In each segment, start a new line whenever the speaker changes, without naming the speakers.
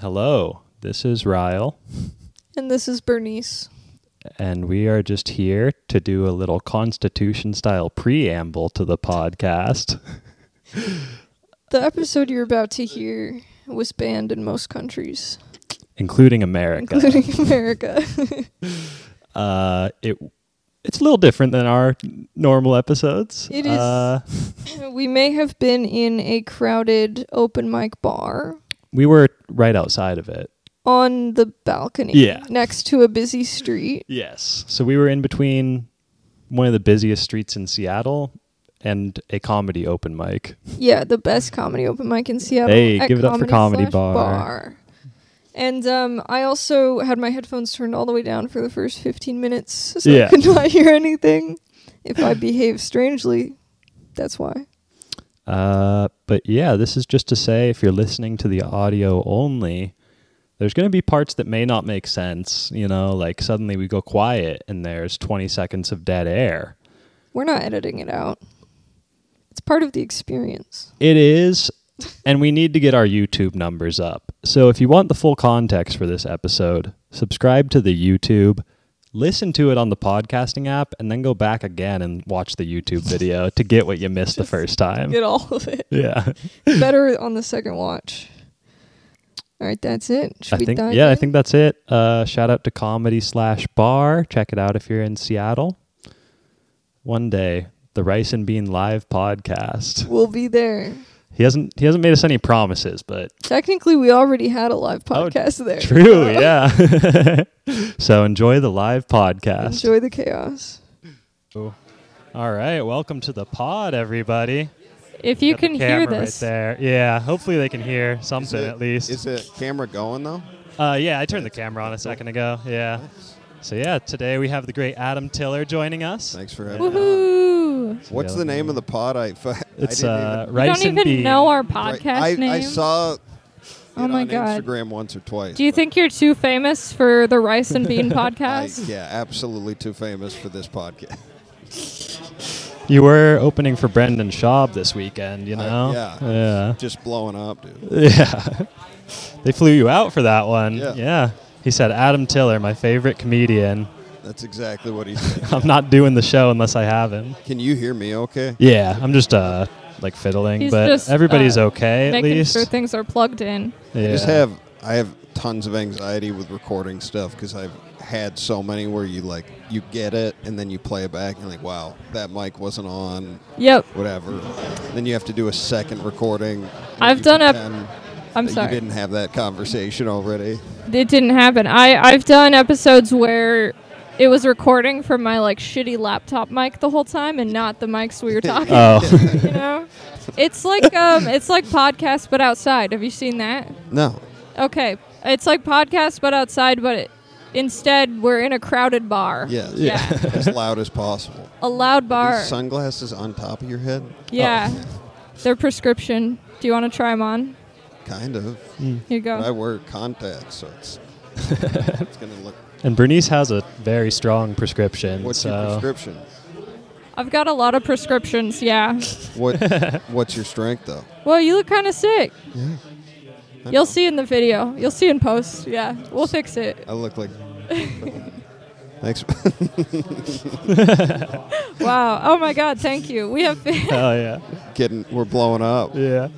Hello, this is Ryle,
And this is Bernice.
and we are just here to do a little Constitution style preamble to the podcast.
The episode you're about to hear was banned in most countries,
including America.
including America.
uh, it it's a little different than our normal episodes.
It is.
Uh,
we may have been in a crowded open mic bar
we were right outside of it.
on the balcony
Yeah.
next to a busy street.
Yes. So we were in between one of the busiest streets in Seattle and a comedy open mic.
Yeah, the best comedy open mic in Seattle.
Hey,
at
give it up for Comedy
slash
Bar.
And um, I also had my headphones turned all the way down for the first 15 minutes, so I
Yeah.
could not hear anything. If I behave strangely, that's why.
Uh, but yeah, this is just to say if you're listening to the audio only, there's going to be parts that may not make sense. You know, like suddenly we go quiet and there's 20 seconds of dead air.
We're not editing it out. It's part of the experience.
It is, and we need to get our YouTube numbers up. So if you want the full context for this episode, subscribe to the YouTube. Listen to it on the podcasting app and then go back again and watch the YouTube video to get what you missed the first time.
Get all of it.
Yeah.
Better on the second watch. All right, that's it. Should
I
we
think
dive
yeah, I
in?
think that's it. Uh, shout out to comedy slash bar. Check it out if you're in Seattle. One day, the Rice and Bean Live podcast.
we'll be there.
He hasn't he hasn't made us any promises, but
Technically, we already had a live
Oh,
podcast there.
true, yeah. so enjoy the live podcast.
Enjoy the chaos.
All right, welcome to the pod, everybody.
If you
Got the
can hear
camera
this,
right there. Yeah, hopefully they can hear something at least.
Is the camera going though?
Uh, yeah, I turned the camera on a second ago. Yeah. So yeah, today we have the great Adam Tiller joining us.
Thanks for having me.
woohoo!
What's
Yeah, let
the
me-
name of the pod? I, f- I
It's
didn't
uh,
even-
I
rice
don't
and
even
bean.
know our
Right.
podcast
I,
name.
I saw. it
Oh my
on
God.
Instagram once or twice.
Do you
but
think you're too famous for the rice and bean
I,
podcast?
yeah, absolutely too famous for this podcast.
You were opening for Brendan Schaub this weekend, you
I-
know.
yeah, just blowing up, dude.
Yeah. Yeah. they flew you out for that one.
Yeah.
He said, "Adam Tiller, my favorite comedian.
That's exactly what he said.
I'm not doing the show unless I have him."
Can you hear me? Okay.
Yeah, I'm just uh like fiddling,
He's
but
just,
everybody's
uh,
okay at
Making
least.
sure things are plugged in.
yeah.
I just have I have tons of anxiety with recording stuff because I've had so many where you like you get it and then you play it back and you're like wow that mic wasn't on
Yep.
whatever. Then you have to do a second recording. and
I've
you
done a-
pretend
I'm
that
sorry.
You didn't have that conversation already.
It didn't happen. I I've done episodes where it was recording from my like shitty laptop mic the whole time and not the mics we were talking.
Oh,
You know, it's like um, it's like podcast but outside. Have you seen that?
No.
Okay, it's like podcast but outside, but it, instead we're in a crowded bar.
Yes.
Yeah.
as loud as possible.
A loud bar.
These sunglasses on top of your head?
Yeah. They're prescription. Do you want to try them on?
Kind of.
Here you
But I
go.
wear contacts, so it's it's gonna look.
and Bernice has a very strong prescription.
What's
so
your prescription?
I've got a lot of prescriptions, yeah.
What What's your strength though?
Well, you look kind of sick.
Yeah. I know.
You'll see in the video. You'll see in post. Yeah. We'll fix it.
I look like. Thanks.
Wow. Oh my god, thank you. We have
oh yeah,
Kidding. We're blowing up.
yeah,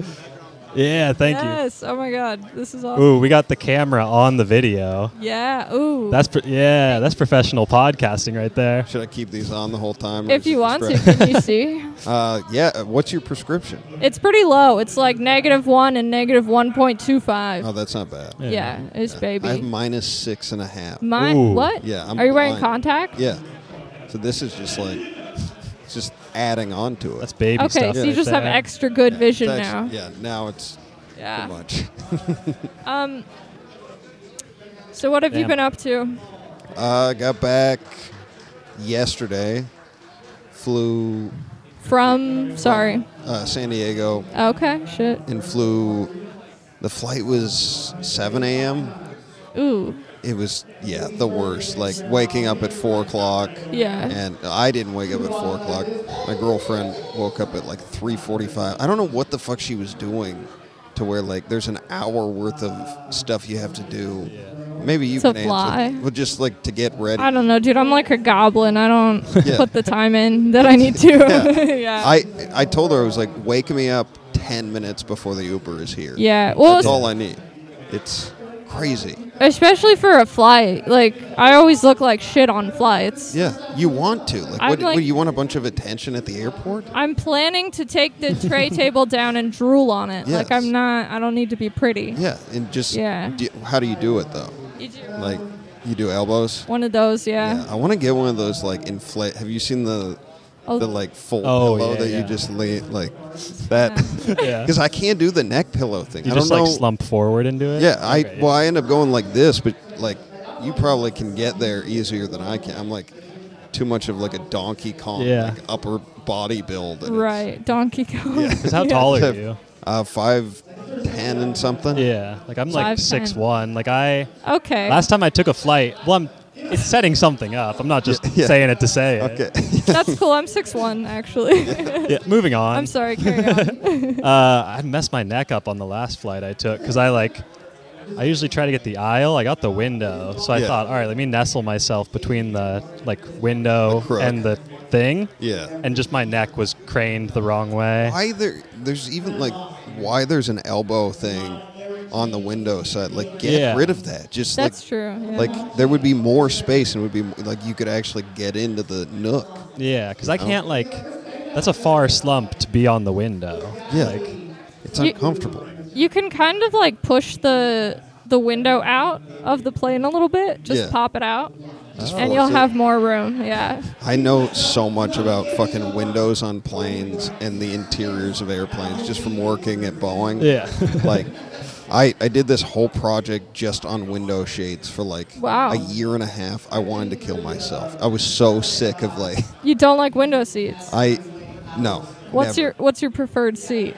yeah. Thank
Yes. Oh my god. This is
you.
awesome.
Ooh, we got the camera on the video.
Yeah. Ooh.
That's pro- yeah, that's professional podcasting right there.
Should I keep these on the whole time? or
if
is
you
it
want to,
distracting?
can you see?
Uh, yeah. uh, What's your prescription?
It's pretty low. It's like negative 1 and negative 1.25.
Oh, that's not bad.
yeah, it's baby.
I have minus six and a half.
Mine?
Ooh.
What?
Yeah, I'm
Are you wearing
blind.
contact?
Yeah. So this is just like, it's just adding on to it.
That's baby
Okay,
stuff.
so you
right
just have
there.
extra good vision
That's-
now.
Yeah, now it's
Yeah.
too much.
Um. So what have you
Damn.
been up to?
uh, got back yesterday, flew
From sorry.
uh, San Diego
Okay. Shit.
and flew. The flight was 7 a.m.
Ooh.
It was yeah the worst. Like waking up at four o'clock.
Yeah.
And I didn't wake up at four o'clock. My girlfriend woke up at like three forty-five. I don't know what the fuck she was doing to to where like there's an hour worth of stuff you have to do. Maybe you
To
can
fly.
answer, but just like to get ready.
I don't know, dude. I'm like a goblin. I don't
Yeah.
put the time in that I need to.
Yeah.
yeah.
I I told her I was like, wake me up ten minutes before the Uber is here.
yeah. Well,
that's all I need. It's crazy.
especially for a flight. Like I always look like shit on flights.
Yeah, you want to like,
I'm
what,
like-
what? You want a bunch of attention at the airport?
I'm planning to take the tray table down and drool on it.
Yes.
Like I'm not. I don't need to be pretty.
Yeah, and just
Yeah.
Do, how do you do it though?
You do-
Like, you do elbows.
One of those. Yeah.
Yeah, I want to get one of those like inflate. Have you seen the
Oh.
the like full
Oh,
pillow
yeah,
that
yeah.
you just lay like that?
Yeah.
Because I can't do the neck pillow thing.
You
I
just
don't
like
know.
slump forward into it.
yeah, I
Okay,
well I end up going like this, but like you probably can get there easier than I can. I'm like too much of like a Donkey Kong
Yeah.
like, upper body build. and it's-
Right. Donkey Kong.
Yeah.
'Cause how tall are
Except,
you?
Uh, five ten and something.
Yeah, like I'm like
Five, ten.
six one. Like I
Okay.
last time I took a flight. Well, I'm it's setting something up. I'm not just
Yeah.
saying it to say it.
Okay.
That's cool. I'm six one actually.
Yeah, moving on.
I'm sorry. Carry on.
Uh, I messed my neck up on the last flight I took because I like. I usually try to get the aisle. I got the window, so I
Yeah.
thought, all right, let me nestle myself between the like window
The crook.
and the thing,
yeah.
and just my neck was craned the wrong way.
why there there's even like why there's an elbow thing on the window side like get
Yeah.
rid of that just
That's
like
true. yeah.
like there would be more space and it would be mo- like you could actually get into the nook
Yeah, because I can't like. That's a far slump to be on the window.
Yeah.
Like,
it's
You-
uncomfortable
you can kind of like push the the window out of the plane a little bit. Just
Yeah.
pop it out,
Just
and
force
you'll
it.
have more room. Yeah.
i know so much about fucking windows on planes and the interiors of airplanes just from working at boeing
yeah.
like I, I did this whole project just on window shades for like
Wow.
a year and a half. I wanted to kill myself. I was so sick of like
You don't like window seats.
I no.
what's
never.
your What's your preferred seat?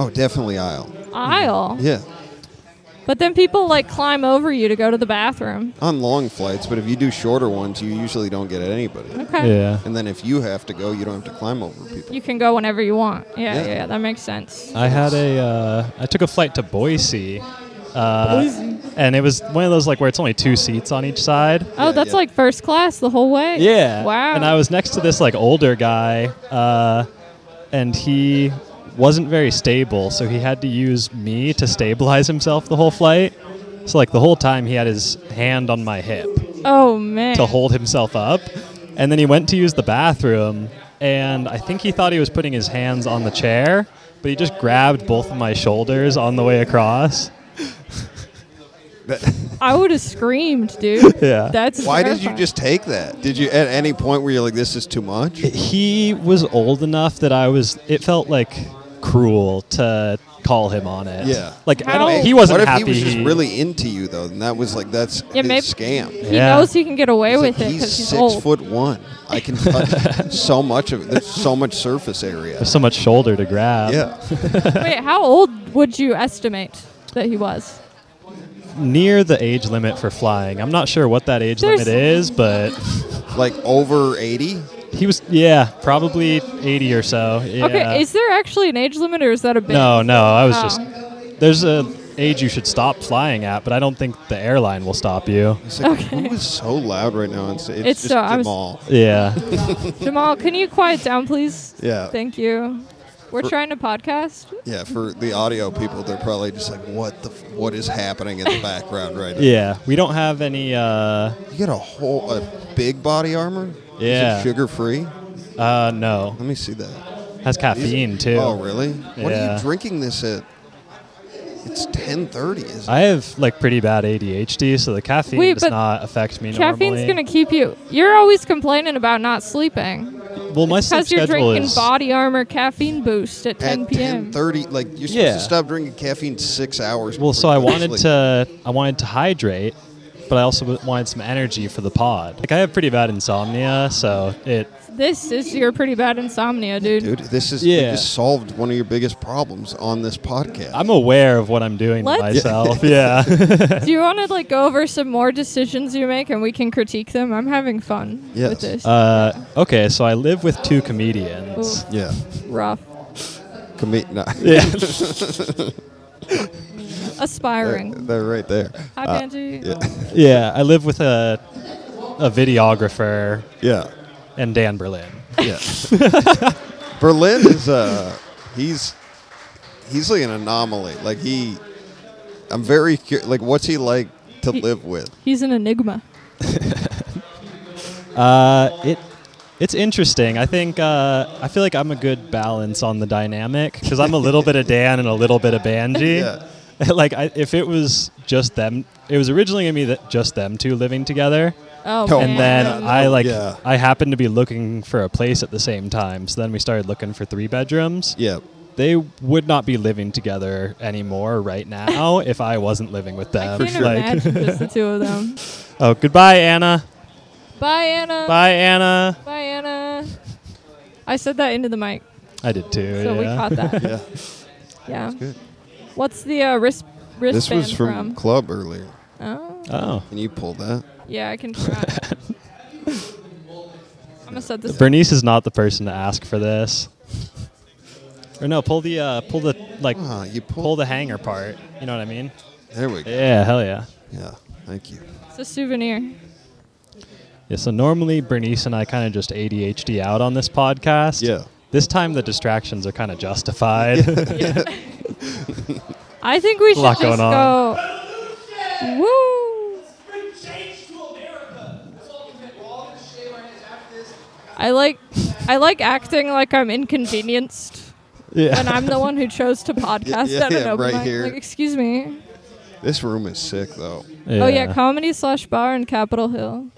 Oh, definitely aisle.
Aisle.
Yeah,
But then people like climb over you to go to the bathroom.
on long flights, but if you do shorter ones, you usually don't get at anybody.
Okay.
yeah.
And then if you have to go, you don't have to climb over people.
You can go whenever you want. Yeah,
Yeah.
yeah, yeah, that makes sense.
I had a. Uh, I took a flight to Boise. Uh, And it was one of those like where it's only two seats on each side.
oh,
Yeah,
that's
yeah.
like first class the whole way.
Yeah.
Wow.
And I was next to this like older guy, uh, and he wasn't very stable, so he had to use me to stabilize himself the whole flight. So like the whole time he had his hand on my hip
Oh man.
to hold himself up, and then he went to use the bathroom, and I think he thought he was putting his hands on the chair, but he just grabbed both of my shoulders on the way across.
I would have screamed, dude.
Yeah.
That's
Why did you
terrifying.
just take that? Did you at any point where you're like, this is too much?
he was old enough that I was. It felt like cruel to call him on it.
Yeah.
like I
How-
don't, he wasn't
what if
happy.
he was just really into you though, and that was like that's
Yeah,
his
maybe-
scam.
He
Yeah.
knows he can get away
He's, like,
with it
he's
because he's,
six
old.
foot one. I can touch so much of it. There's so much surface area.
so much shoulder to grab.
Yeah,
Wait, how old would you estimate that he was?
near the age limit for flying. I'm not sure what that age
There's-
limit is, but
like over eighty.
he was yeah probably 80 or so. Yeah.
Okay, is there actually an age limit or is that a bit?
no, no, I was
Oh.
just there's a age you should stop flying at, but I don't think the airline will stop you.
It's like, who is so loud right now? It's, it's,
It's
just
so- I was-
Jamal.
Yeah,
Jamal, can you quiet down, please?
Yeah.
Thank you. We're trying to podcast.
Yeah, for the audio people, they're probably just like, "What the? F- what is happening in the background right now?"
yeah. We don't have any. Uh,
You get a whole a big body armor.
Yeah.
sugar free.
uh, no,
Let me see that.
has
These-
caffeine too.
Oh, really? What are
Yeah.
you drinking this at? It's ten thirty. Is it?
I have like pretty bad ADHD, so the caffeine
Wait,
does
but
not affect me
Caffeine's
normally.
gonna keep you. You're always complaining about not sleeping
well, my sleep
because you're
schedule
drinking
is
body armor caffeine boost at 10
At
p.m.
ten thirty, like you're supposed
Yeah.
to stop drinking caffeine six hours.
well.
before
So
you
I
go
wanted
sleep.
to I wanted to hydrate, but I also w- wanted some energy for the pod. Like I have pretty bad insomnia, so it
This is your pretty bad insomnia, dude.
Dude, this is we
Yeah.
just solved one of your biggest problems on this podcast.
I'm aware of what I'm doing
Let's-
to myself. yeah,
Do you want to like go over some more decisions you make and we can critique them? I'm having fun
Yes.
with this.
uh, okay. So I live with two comedians.
Ooh,
yeah,
rough.
Commit- no.
Yeah,
They're,
Aspiring.
they're right there.
Hi,
Uh,
Banji.
yeah.
Yeah, I live with a a videographer
Yeah.
and Dan Berlin.
Yeah. Berlin is uh he's he's like an anomaly. Like he I'm very cu- like what's he like to
He-
live with?
He's an enigma.
Uh, it it's interesting. I think uh, I feel like I'm a good balance on the dynamic because I'm a little bit of Dan and a little bit of Banji. like I, if it was just them, it was originally gonna be that just them two living together,
Oh,
Come
and
man.
then
yeah,
I
no,
like
yeah.
I happened to be looking for a place at the same time. So then we started looking for three bedrooms.
Yeah.
They would not be living together anymore right now if I wasn't living with
I
them.
can't imagine just the two of them.
oh, goodbye, Anna.
Bye, Anna.
Bye, Anna.
Bye, Anna. I said that into the mic,
I did too.
so
yeah.
we caught that.
Yeah.
yeah.
good.
What's the uh, wrist wristband
This was from,
from?
club earlier.
oh,
Oh,
And you pulled that.
yeah, I can try. I'm gonna set this.
Bernice is not the person to ask for this. Or no, pull the uh, pull the like
Ah, you
pull
pulled
the hanger part. You know what I mean?
There we go.
Yeah, hell yeah.
Yeah. Thank you.
It's a souvenir.
Yeah, so normally Bernice and I kind of just ADHD out on this podcast.
Yeah.
This time the distractions are kind of justified.
I think we should
Lot
just
going
go. Woo!
Bring change to America. That's all we did. We're all gonna shave our heads after this.
I like I like acting like I'm inconvenienced
yeah.
when I'm the one who chose to podcast
yeah,
at an
yeah,
open
right
mic.
here.
Like, excuse me.
This room is sick though.
Oh yeah, comedy slash bar in Capitol Hill.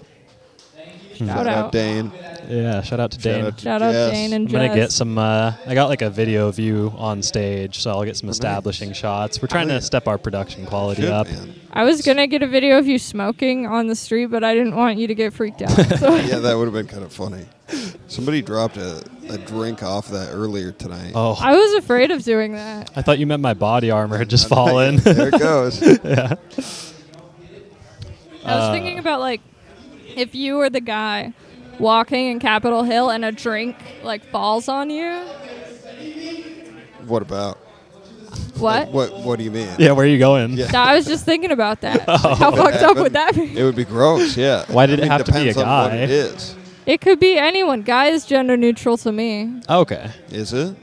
Shout out
out.
Uh, Dane.
yeah, shout out to
Shout
Dane.
out to
Shout out
Jess.
Jane and
I'm gonna get
Jess.
some. Uh, I got like a video view on stage, so I'll get some establishing shots. We're trying
yeah.
to step our production quality
Good
up.
man.
I was gonna get a video of you smoking on the street, but I didn't want you to get freaked out. So
Yeah, that would have been kind of funny. Somebody dropped a, a drink off that earlier tonight.
Oh,
I was afraid of doing that.
I thought you meant my body armor had just fallen.
There it goes.
I was thinking about like if you were the guy walking in Capitol Hill and a drink like falls on you.
what about?
What?
Like, what What do you mean?
yeah, where are you going?
Yeah.
I was just thinking about that. How fucked up would that be?
It would be gross. Yeah.
Why did it have to be a
depends On
guy?
what it is.
It could be anyone. Guy is gender neutral to me.
Oh, Okay.
Is it?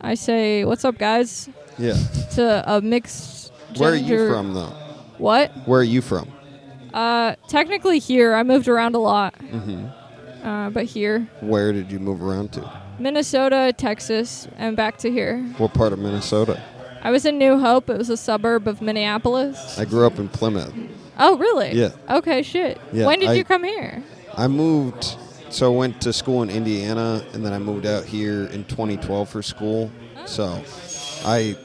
I say, "What's up, guys?"
Yeah.
to a mixed. Gender.
Where are you from though?
What?
Where are you from?
Uh, technically here. I moved around a lot.
Mm-hmm.
Uh, but here,
Where did you move around to?
Minnesota, Texas, and back to here.
What part of Minnesota?
I was in New Hope. It was a suburb of Minneapolis.
I grew up in Plymouth.
Oh, really?
Yeah.
Okay, shit.
Yeah,
when did
I-
you come here?
I moved. So I went to school in Indiana, and then I moved out here in 2012 for school. So I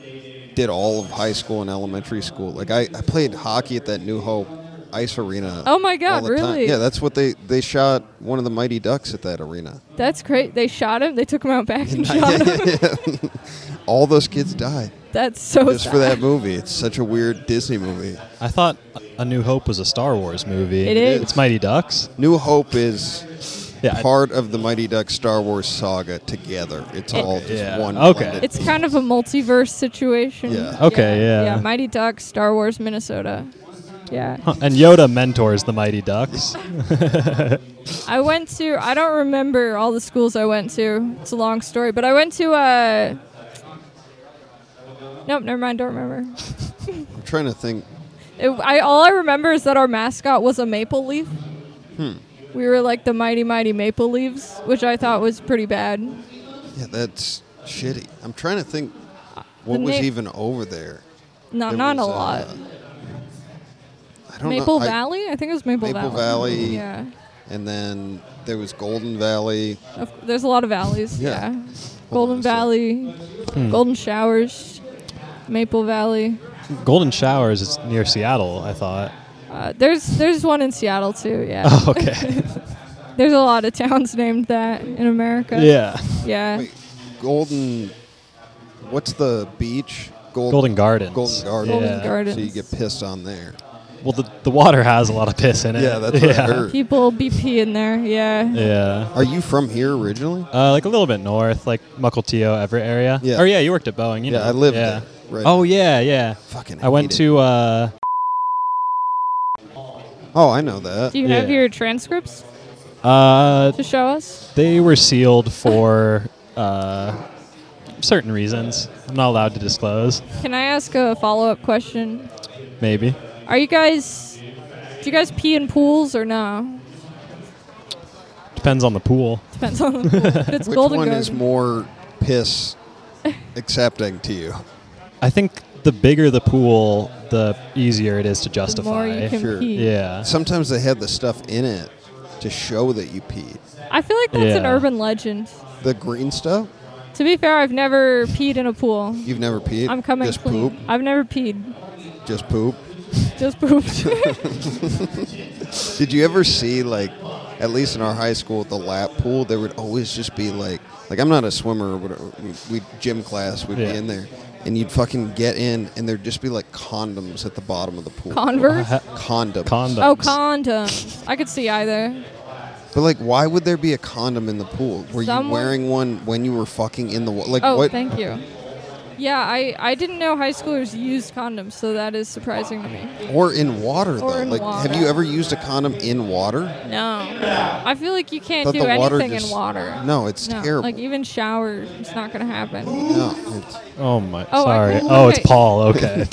did all of high school and elementary school. Like I, I played hockey at that New Hope ice arena.
Oh my God,
all the time.
really?
Yeah, that's what they they shot one of the Mighty Ducks at that arena.
That's great. They shot him. They took him out back and shot him.
All those kids died
That's so
just
sad.
for that movie. It's such a weird Disney movie.
I thought A New Hope was a Star Wars movie.
It is.
It's Mighty Ducks.
New Hope is
Yeah, I-
part of the Mighty Ducks Star Wars saga together. It's all just
yeah.
one.
Okay.
blended
It's kind of a multiverse situation.
Yeah.
Okay, yeah.
Yeah. Mighty Ducks, Star Wars, Minnesota. Yeah.
Huh, And Yoda mentors the Mighty Ducks.
I went to I don't remember all the schools I went to. It's a long story, but I went to uh Nope, never mind, don't remember.
I'm trying to think.
It, I all I remember is that our mascot was a maple leaf.
Hmm.
We were like the mighty mighty maple leaves, which I thought was pretty bad.
Yeah, that's shitty. I'm trying to think what
the
was
na-
even over there.
Not
There
not
was,
a lot.
uh, I don't
Maple
know. I-
Valley? I think it was Maple,
Maple
Valley.
Valley.
Yeah.
and then there was Golden Valley.
Of- There's a lot of valleys.
Yeah.
Yeah.
Hold
Golden
on a sec.
Valley, Golden Showers, Maple Valley.
Golden Showers is near Seattle, I thought.
Uh, there's there's one in Seattle too. Yeah.
Oh,
Okay.
There's a lot of towns named that in America.
yeah.
Yeah.
Wait, Golden. What's the beach? Gold,
Golden Gardens.
Golden Gardens.
Golden
Yeah.
Gardens.
So you get pissed on there.
Well, the, the water has a lot of piss in it.
Yeah, that's what I heard.
People be peeing there. Yeah.
Yeah.
Are you from here originally?
Uh, like a little bit north, like Mukilteo, Everett area.
Yeah.
Or yeah, you worked at Boeing. You
Yeah,
know.
I lived
yeah.
there, right.
Oh yeah, yeah.
Fucking.
I went
hate it.
to. Uh,
Oh, I know that.
Do you have
Yeah.
your transcripts
uh,
to show us?
they were sealed for uh, certain reasons. I'm not allowed to disclose.
Can I ask a follow up question?
Maybe.
Are you guys. Do you guys pee in pools or no?
Depends on the pool.
Depends on the pool. If it's
Which
golden
one
Goat-
is more piss accepting to you?
I think the bigger the pool, the easier it is to
the
justify.
more you can
Sure.
pee.
yeah.
Sometimes they have the stuff in it to show that you peed.
I feel like that's an
Yeah.
urban legend.
The green stuff?
To be fair, I've never peed in a pool.
You've never peed?
I'm coming
Just
clean.
poop?
I've never peed.
Just poop?
Just pooped.
Did you ever see like at least in our high school at the lap pool there would always just be like like I'm not a swimmer or whatever we, we gym class we'd
Yeah.
be in there and you'd fucking get in and there'd just be like condoms at the bottom of the pool
Converse?
condoms
Condoms.
Oh, condoms. I could see either.
but like why would there be a condom in the pool were
Someone-
you wearing one when you were fucking in the wa- like
Oh,
what
thank you. Yeah, I, I didn't know high schoolers used condoms, so that is surprising to me.
or in water
Or
though
in
like have
water.
you ever used a condom in water
No. I feel like you can't
But
do
the water
anything in
just-
water.
no it's
No,
terrible
Like even shower, it's not gonna happen.
no it's,
Oh my.
Oh, I-
sorry. oh, it's
okay.
Paul. Okay.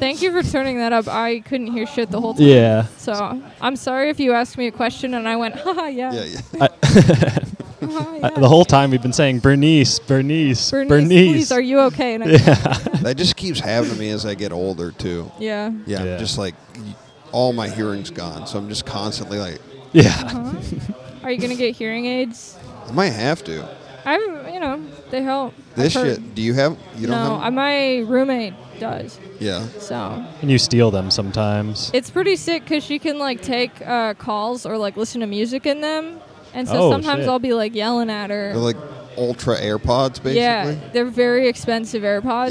Thank you for turning that up. I couldn't hear shit the whole time.
yeah.
So I'm sorry if you asked me a question and I went, haha, yeah.
yeah, yeah.
haha, yeah.
I- the whole time we've been saying Bernice, Bernice,
Bernice,
Bernice.
please, are you okay? And I, yeah.
that just keeps happening to me as I get older too
yeah.
Yeah,
Yeah.
just like y- all my hearing's gone, so I'm just constantly like,
yeah.
Uh-huh. Are you gonna get hearing aids?
I might have to.
I'm, you know, they help. I've
This
heard.
shit, do you have? You
no,
don't
I-
have?
my roommate does.
yeah,
So
And you steal them sometimes.
it's pretty sick because she can like take uh, calls or like listen to music in them, and so
Oh,
sometimes
shit.
I'll be like yelling at her.
they're like ultra AirPods, basically.
yeah, they're very expensive AirPods.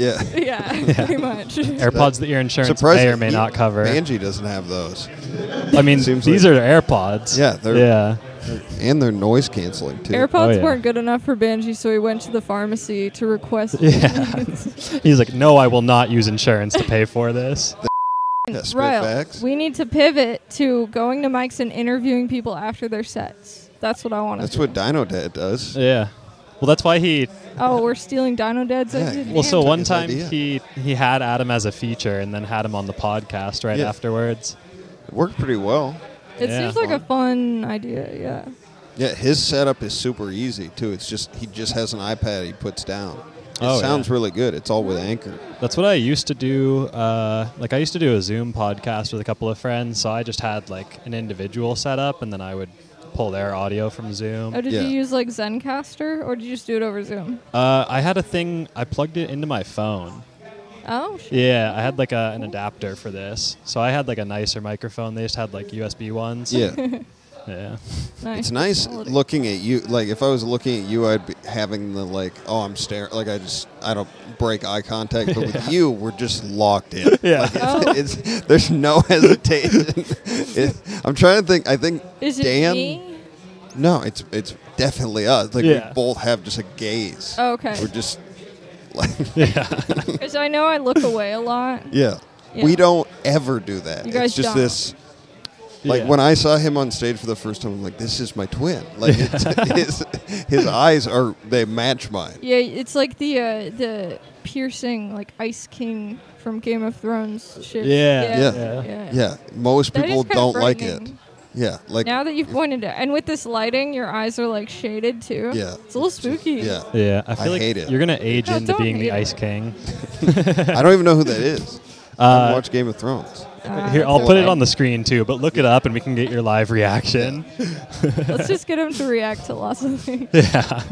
Yeah.
yeah, pretty much.
AirPods that your insurance
Surprised
may or
that
may
you-
not cover.
Angie doesn't have those,
I mean,
Seems
these
like-
are AirPods.
Yeah, they're-
yeah.
and they're noise canceling too.
AirPods
Oh, yeah.
weren't good enough for Benji, so he went to the pharmacy to request.
Yeah. He's like, no, I will not use insurance to pay for this.
Yeah, spit
Ryle,
facts.
we need to pivot to going to mics and interviewing people after their sets. That's what I want to
That's
do.
what Dino Dad does.
Yeah. Well, that's why he.
Oh, we're stealing Dino Dad's
Yeah.
idea.
Well, so one
his
time
idea.
he he had Adam as a feature and then had him on the podcast right
Yeah.
afterwards.
It worked pretty well.
It
Yeah.
seems like a fun idea, yeah.
Yeah, his setup is super easy too. It's just he just has an iPad he puts down. It
Oh, yeah.
sounds really good. It's all with Anchor.
That's what I used to do. Uh, like I used to do a Zoom podcast with a couple of friends, so I just had like an individual setup, and then I would pull their audio from Zoom.
Oh, did
Yeah.
you use like Zencaster or did you just do it over Zoom?
Oh.
Uh, I had a thing. I plugged it into my phone.
Oh, sh-
Yeah, I had like a, an adapter for this, so I had like a nicer microphone. They just had like USB ones.
Yeah.
Yeah.
nice.
It's nice
Quality.
looking at you. Like if I was looking at you, I'd be having the like, oh, I'm staring. Like I just, I don't break eye contact. But with you, we're just locked in.
Yeah.
Like,
Oh.
it's, it's there's no hesitation. It- I'm trying to think. I think
Is it
Dan.
me?
No, it's it's definitely us. Like
Yeah.
we both have just a gaze.
Oh, okay.
We're just like,
Because I know I look away a lot.
yeah.
Yeah.
We don't ever do that.
You guys
it's just
don't.
this. Like
Yeah.
when I saw him on stage for the first time, I'm like, "This is my twin." Like it's, his his eyes are they match mine.
Yeah, it's like the uh, the piercing, like Ice King from Game of Thrones shit.
Yeah,
yeah.
yeah.
Yeah, most
That is
people
kinda
don't like it.
frightening.
Yeah, like
Now that you've pointed it, and with this lighting, your eyes are like shaded too.
Yeah.
It's a little spooky.
yeah,
Yeah, I feel
I
like
hate it.
you're gonna age
No,
into
don't
being
hate
the
it.
Ice King.
I don't even know who that is. I
Uh,
don't watch Game of Thrones.
Ah,
Here,
it's
I'll put it
okay.
on the screen too, but look it up and we can get your live reaction.
Let's just get him to react to lots of things.
Yeah.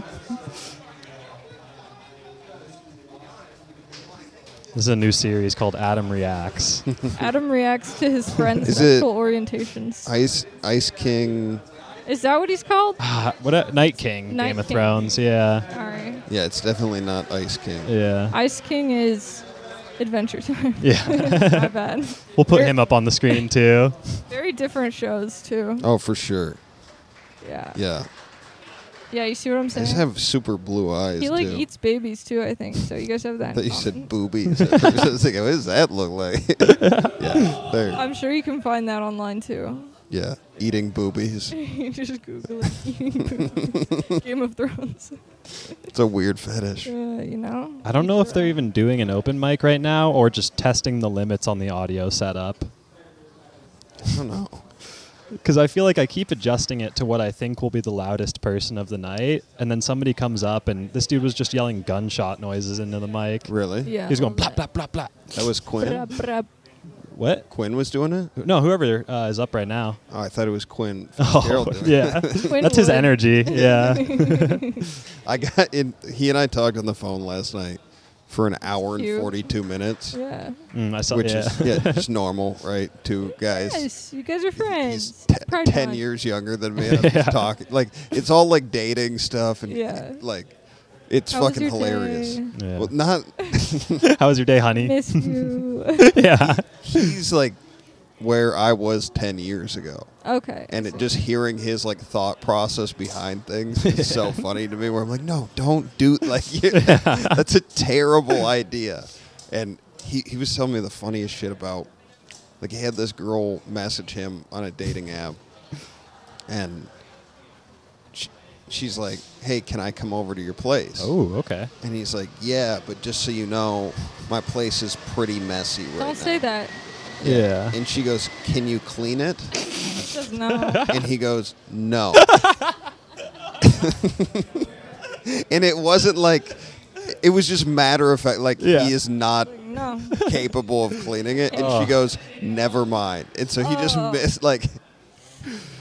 This is a new series called Adam Reacts.
Adam reacts to his friends'
Is
sexual
it-
orientations.
Ice Ice King.
Is that what he's called?
Ah, what a Night King,
Night
Game of
King.
Thrones. Yeah,
All right.
Yeah, it's definitely not Ice King.
yeah.
Ice King is Adventure Time.
Yeah.
My bad.
We'll put him up on the screen too.
Very different shows too.
Oh, for sure.
Yeah.
Yeah.
Yeah, you see what I'm
I
saying?
just have super blue eyes.
he like
too.
eats babies too, I think. So you guys have that.
I thought
in
you
common.
said boobies. at first. I was thinking, what does that look like? yeah, there.
I'm sure you can find that online too.
Yeah, eating boobies.
you just Google it. Game of Thrones.
It's a weird fetish.
Uh, you know.
I don't know if
Either
they're
or.
even doing an open mic right now or just testing the limits on the audio setup.
I don't know.
Because I feel like I keep adjusting it to what I think will be the loudest person of the night, and then somebody comes up and this dude was just yelling gunshot noises into the mic.
Really?
Yeah.
He's going blah blah blah blah.
That was Quinn.
Brab, brab.
What?
Quinn was doing it.
No, whoever uh, is up right now.
Oh, I thought it was Quinn.
Oh,
Gerald doing it.
yeah.
Quinn
That's his
Wood.
energy. Yeah.
I got in. He and I talked on the phone last night for an hour and
Cute.
forty-two minutes,
Yeah.
Mm, I saw.
which
yeah.
is yeah, just normal, right? Two guys.
Yes, you guys are
He's
friends.
te-
Pride
ten
month.
years younger than me. And I'm just talking like it's all like dating stuff and
Yeah.
like it's
How was
fucking
your
hilarious.
day?
Yeah.
Well, not
How was your day, honey?
Miss you.
yeah.
he's like where I was ten years ago,
okay.
and it, just hearing his like thought process behind things is so funny to me. Where I'm like, no, don't do like you, that's a terrible idea. And he he was telling me the funniest shit about like he had this girl message him on a dating app, and she, she's like, hey, can I come over to your place?
Oh, okay.
And he's like, "Yeah, but just so you know, my place is pretty messy right now."
Don't say that.
Yeah.
And she goes, "Can you clean it?"
It says no.
and he goes, "No." and it wasn't like it was just matter of fact like
Yeah.
he is not
no.
capable of cleaning it and
Oh.
she goes, "Never mind." And so he just
Oh.
missed like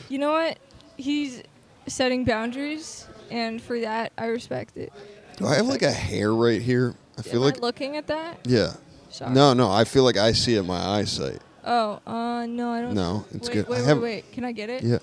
You know what? He's setting boundaries, and for that, I respect it.
Do I have like a hair right here? I feel
Am
like
I looking at that?
Yeah.
Sorry.
No, no, I feel like I see it in my eyesight.
Oh, uh, no, I don't.
No, it's
wait,
good. I
Wait,
have-
wait, wait. Can I get it?
Yeah.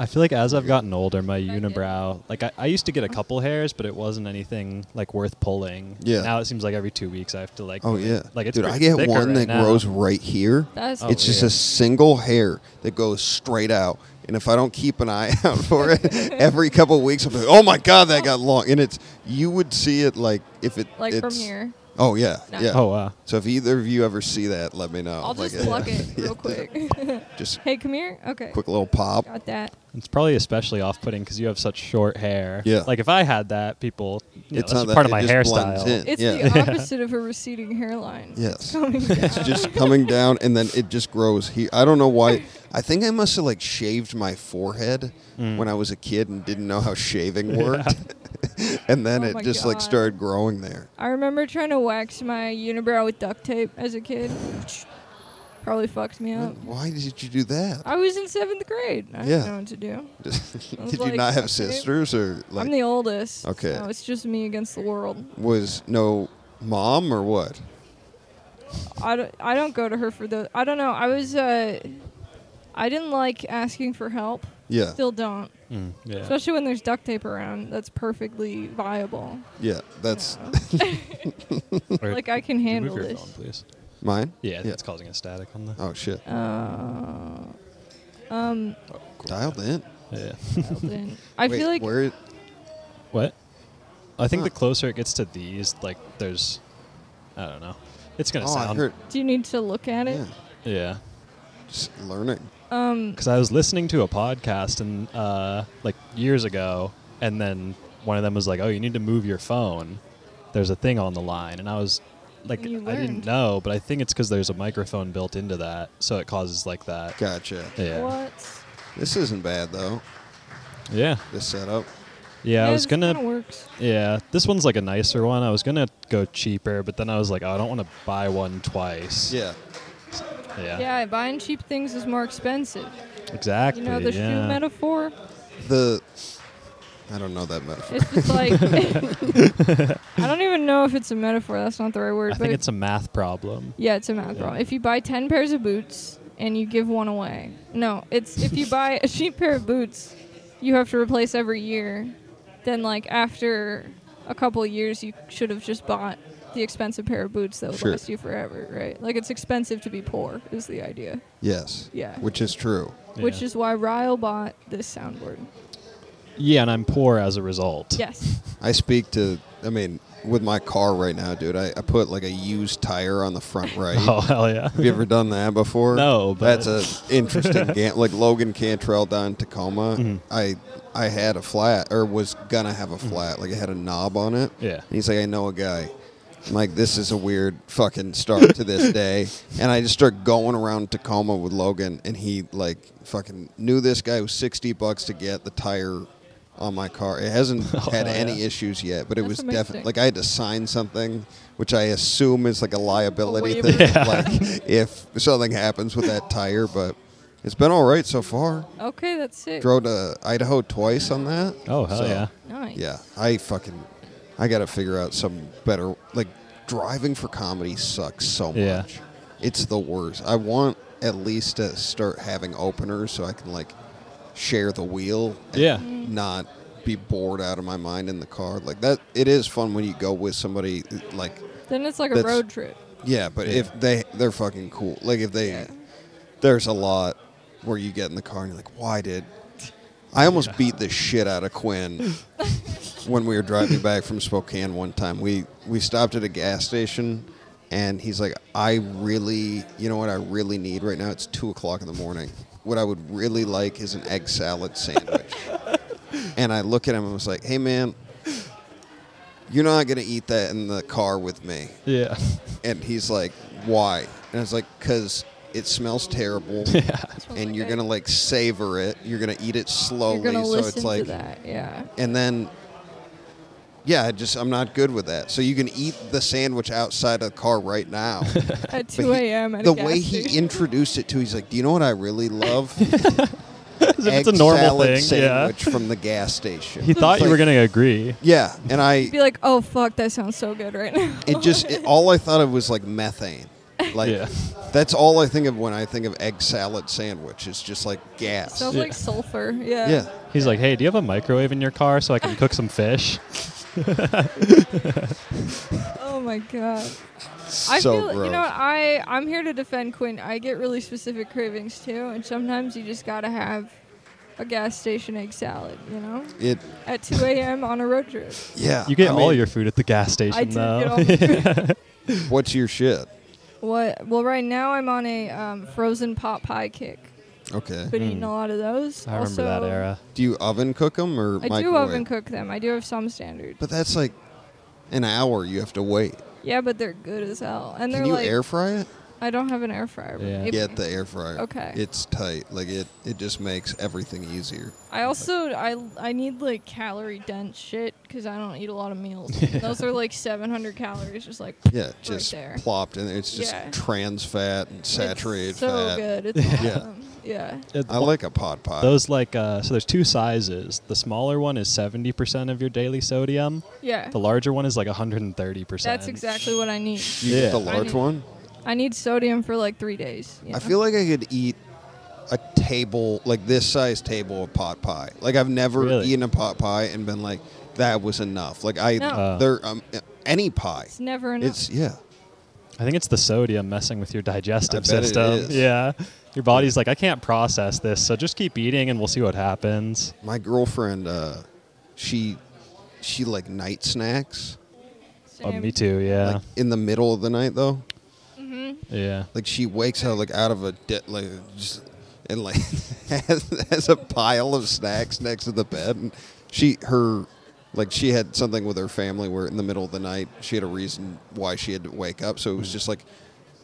I feel like as I've gotten older, my
Back in.
unibrow, like I, I used to get a couple hairs, but it wasn't anything like worth pulling.
Yeah.
Now it seems like every two weeks I have to like.
Oh
do it.
yeah,
Like it's
dude, I
pretty
get
thicker
one
right
that
now.
grows right here.
That's
Oh,
it's just
yeah.
a single hair that goes straight out, and if I don't keep an eye out for it, every couple of weeks I'm like, oh my god, that got long, and it's you would see it like if it
like from
it's-
here.
Oh yeah,
No.
yeah.
Oh wow.
So if either of you ever see that, let me know.
I'll
Like,
just
uh,
pluck it
yeah,
real quick.
Just
hey, come here. Okay.
quick little pop.
Got that.
It's probably especially off-putting because you have such short hair.
Yeah.
Like if I had that, people, you
It's
know, that's just
not that-
part of
it
my
just blends
hairstyle.
in.
It's
Yeah.
the opposite of a receding hairline.
Yes.
Coming
It's just coming down, and then it just grows here. I don't know why. I think I must have like shaved my forehead
Mm.
when I was a kid and didn't know how shaving worked, and then
Oh my
it just like
God.
started growing there.
I remember trying to wax my unibrow with duct tape as a kid. Probably fucked me up.
Why did you do that?
Oh. I was in seventh grade. I
Yeah.
didn't know what to do.
Just-
was
did you
like,
not have
okay.
sisters or like
I'm the oldest.
Okay.
So it's just me against the world.
was no mom or what?
I don't, I don't go to her for those. I don't know. I was, uh, I didn't like asking for help.
Yeah,
Still don't.
Mm, yeah.
Especially when there's duct tape around. That's perfectly viable.
yeah. That's
Or-
Like, I can
Could you
handle
move your
this.
phone, please.
mine.
Yeah, it's causing a static on the.
Oh shit!
Uh, um,
Dialed in.
Yeah.
then- I
Wait,
feel like
where?
What? I think
Huh.
the closer it gets to these, like there's, I don't know, it's gonna
Oh, I
sound.
heard.
do you need to look at it?
Yeah,
Yeah.
just learning.
Um,
Because I was listening to a podcast and uh, like years ago, and then one of them was like, "Oh, you need to move your phone. There's a thing on the line," and I was like,
And you
I didn't
learned.
know, but I think it's because there's a microphone built into that, so it causes like that.
Gotcha.
Yeah.
what?
This isn't bad though.
Yeah.
This setup.
Yeah. I
Yeah,
was
this
gonna.
kinda works.
Yeah, this one's like a nicer one. I was gonna go cheaper, but then I was like, oh, I don't want to buy one twice.
Yeah.
Yeah.
Yeah, buying cheap things is more expensive.
Exactly.
You know the
yeah.
shoe metaphor?
The I don't know that metaphor.
It's just like I don't even know if it's a metaphor. That's not the right
I
word. but
think it's a math problem.
yeah, it's a math problem. If you buy ten pairs of boots and you give one away, no, it's if you buy a cheap pair of boots, you have to replace every year. Then like after a couple of years, you should have just bought the expensive pair of boots that would
Sure.
last you forever, right? Like it's expensive to be poor is the idea,
Yes.
Yeah.
Which is true.
which
Yeah.
is why Ryle bought this soundboard.
Yeah, and I'm poor as a result.
Yes.
I speak to, I mean, with my car right now, dude, I, I put like a used tire on the front right.
Oh hell yeah.
Have you ever done that before?
No, but-
that's an interesting game. Like Logan Cantrell down in Tacoma,
Mm-hmm.
I I had a flat or was gonna have a flat. Like it had a knob on it.
Mm. Yeah.
And he's like, I know a guy. I'm like, this is a weird fucking start to this day. And I just start going around Tacoma with Logan, and he like fucking knew this guy It was sixty bucks to get the tire on my car. It hasn't had
Oh, yeah.
any issues yet, but it
That's
was
amazing.
definitely like I had to sign something, which I assume is like a liability
waiver.
thing. Like if something happens with that tire, but it's been all right so far.
Okay, that's it.
Drove to Idaho twice on that.
Oh hell
So,
yeah.
nice.
Yeah, I fucking, I gotta figure out some better. Like driving for comedy sucks so much.
Yeah.
It's the worst. I want at least to start having openers so I can like share the wheel. and
Yeah.
Not be bored out of my mind in the car like that. It is fun when you go with somebody like
Then it's like a
That's-
road trip.
yeah, but
Yeah.
if they they're fucking cool. Like if they there's a lot where you get in the car and you're like, why did I almost beat the shit out of Quinn when we were driving back from Spokane one time. We we stopped at a gas station and he's like, I really you know what I really need right now? It's two o'clock in the morning. What I would really like is an egg salad sandwich. and I look at him and was like, Hey man, you're not gonna eat that in the car with me.
Yeah.
And he's like, "Why?" And I was like, "Cause it smells terrible, and you're gonna like savor it. You're gonna eat it slowly,
You're gonna
so
listen
it's like,
to that. Yeah.
and then." Yeah, I just I'm not good with that. So you can eat the sandwich outside of the car right now. But
At
he-
2 a.m. at a
The
gas
way he
station.
introduced it to, he's like, "Do you know what I really love?
As if
Egg
it's a normal
salad
thing. Yeah.
sandwich from the gas station."
He thought you were gonna agree.
Yeah, and I
be like, oh fuck, that sounds so good right now.
It just it, all I thought of was like methane. Like
Yeah.
that's all I think of when I think of egg salad sandwich. It's just like gas.
Sounds
Yeah.
like sulfur. Yeah.
yeah.
He's like, Hey, do you have a microwave in your car so I can cook some fish?
Oh my god. I
so
feel
gross.
you know what, I I'm here to defend Quinn. I get really specific cravings too, and sometimes you just gotta have a gas station egg salad. You know,
it
at 2 a.m. on a road trip.
yeah.
You get
I
all
mean,
your food at the gas station
I do
though.
get all my food.
what's your shit?
what? Well, right now I'm on a um, frozen pot pie kick.
Okay.
Been eating a lot of those.
I remember
also,
that era.
Do you oven cook them or
I
microwave?
do oven cook them. I do have some standard.
But that's like an hour you have to wait.
yeah, but they're good as hell. And
Can
they're
you
like
air fry it?
I don't have an air fryer. but
Yeah.
maybe-
Get the air fryer.
Okay.
It's tight. Like it it just makes everything easier.
I also I I need like calorie dense shit because I don't eat a lot of meals. Those are like 700 calories, just like
Yeah,
right
just
there.
plopped in there. It's just
Yeah.
trans fat and saturated
It's so
fat.
good. It's
Yeah.
awesome. Yeah.
It-
I like a pot pie.
those like uh, so there's two sizes. The smaller one is 70% of your daily sodium.
Yeah.
The larger one is like 130%.
That's exactly what I need.
you get
Yeah.
the
I
large
need-
one?
I need sodium for like three days. you
I
know?
feel like I could eat a table, like this size table of pot pie. Like I've never
Really?
eaten a pot pie and been like, that was enough. Like I,
No. Uh.
there, um, any pie.
it's never enough.
It's yeah,
I think it's the sodium messing with your digestive
bet it
system.
is.
Yeah. Your body's like, I can't process this, so just keep eating and we'll see what happens.
my girlfriend, uh, she, she like night snacks,
Oh,
Same.
me too, yeah.
like in the middle of the night though.
yeah.
Like she wakes up like out of a de- like just and like has, has a pile of snacks next to the bed. And she her like she had something with her family where in the middle of the night she had a reason why she had to wake up. So it was just like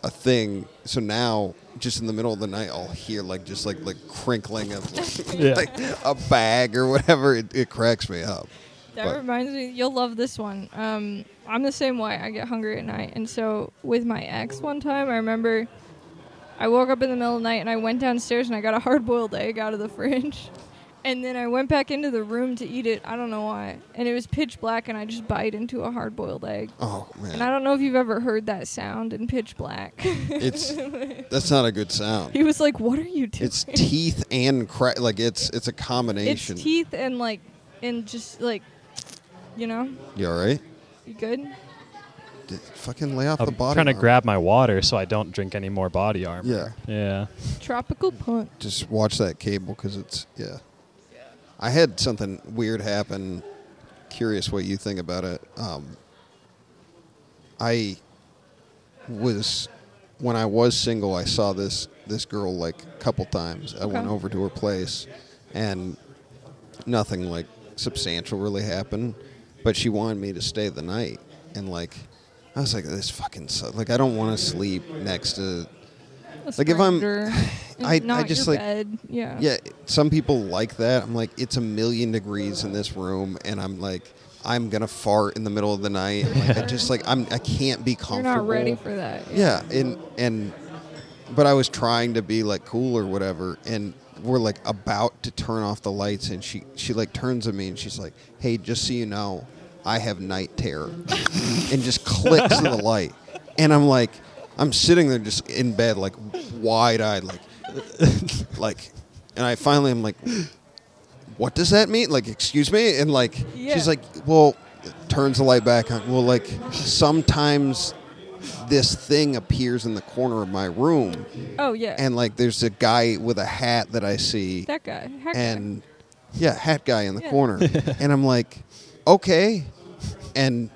a thing. So now just in the middle of the night I'll hear like just like like crinkling of like,
Yeah.
like, a bag or whatever. It, it cracks me up.
That
But-
reminds me, you'll love this one. Um, I'm the same way. I get hungry at night, and so with my ex one time, I remember I woke up in the middle of the night and I went downstairs and I got a hard-boiled egg out of the fridge, and then I went back into the room to eat it. I don't know why, and it was pitch black, and I just bite into a hard-boiled egg.
Oh
And I
man,
don't know if you've ever heard that sound in pitch black.
it's that's not a good sound.
he was like, "What are you doing?"
It's teeth and crack. Like it's it's a
It's
combination.
teeth and like and just like, you know,
You all right?
you good?
d- fucking lay off the
I'm
body.
trying to
armor.
grab my water so I don't drink any more body armor.
Yeah,
Yeah.
Tropical punt.
just watch that cable because it's yeah. I had something weird happen. Curious what you think about it. Um, I was when I was single. I saw this this girl like a couple times. I went
Okay.
over to her place, and nothing like substantial really happened. But she wanted me to stay the night, and like I was like, this fucking sucks. like I don't want to sleep next to
A
Like, if I'm-
stranger. And
I- I
not
just,
your
like-
bed. Yeah.
yeah, some people like that. I'm like, it's a million degrees in this room, and I'm like, I'm gonna fart in the middle of the night. I'm like, I just like I'm, I can't be
You're
comfortable.
not ready for that.
Yeah, and and, but I was trying to be like cool or whatever, and we're like about to turn off the lights, and she she like turns to me and she's like, "Hey, just so you know, I have night terror," and just clicks to the light, and I'm like, I'm sitting there just in bed like wide eyed like like, and I finally am like, what does that mean? Like, excuse me? And like,
Yeah.
she's like, well, turns the light back on. Well, like, sometimes this thing appears in the corner of my room,
Oh yeah.
and like, there's a guy with a hat that I see,
that guy. Heck
and yeah, hat guy in the
Yeah.
corner. and I'm like, okay. And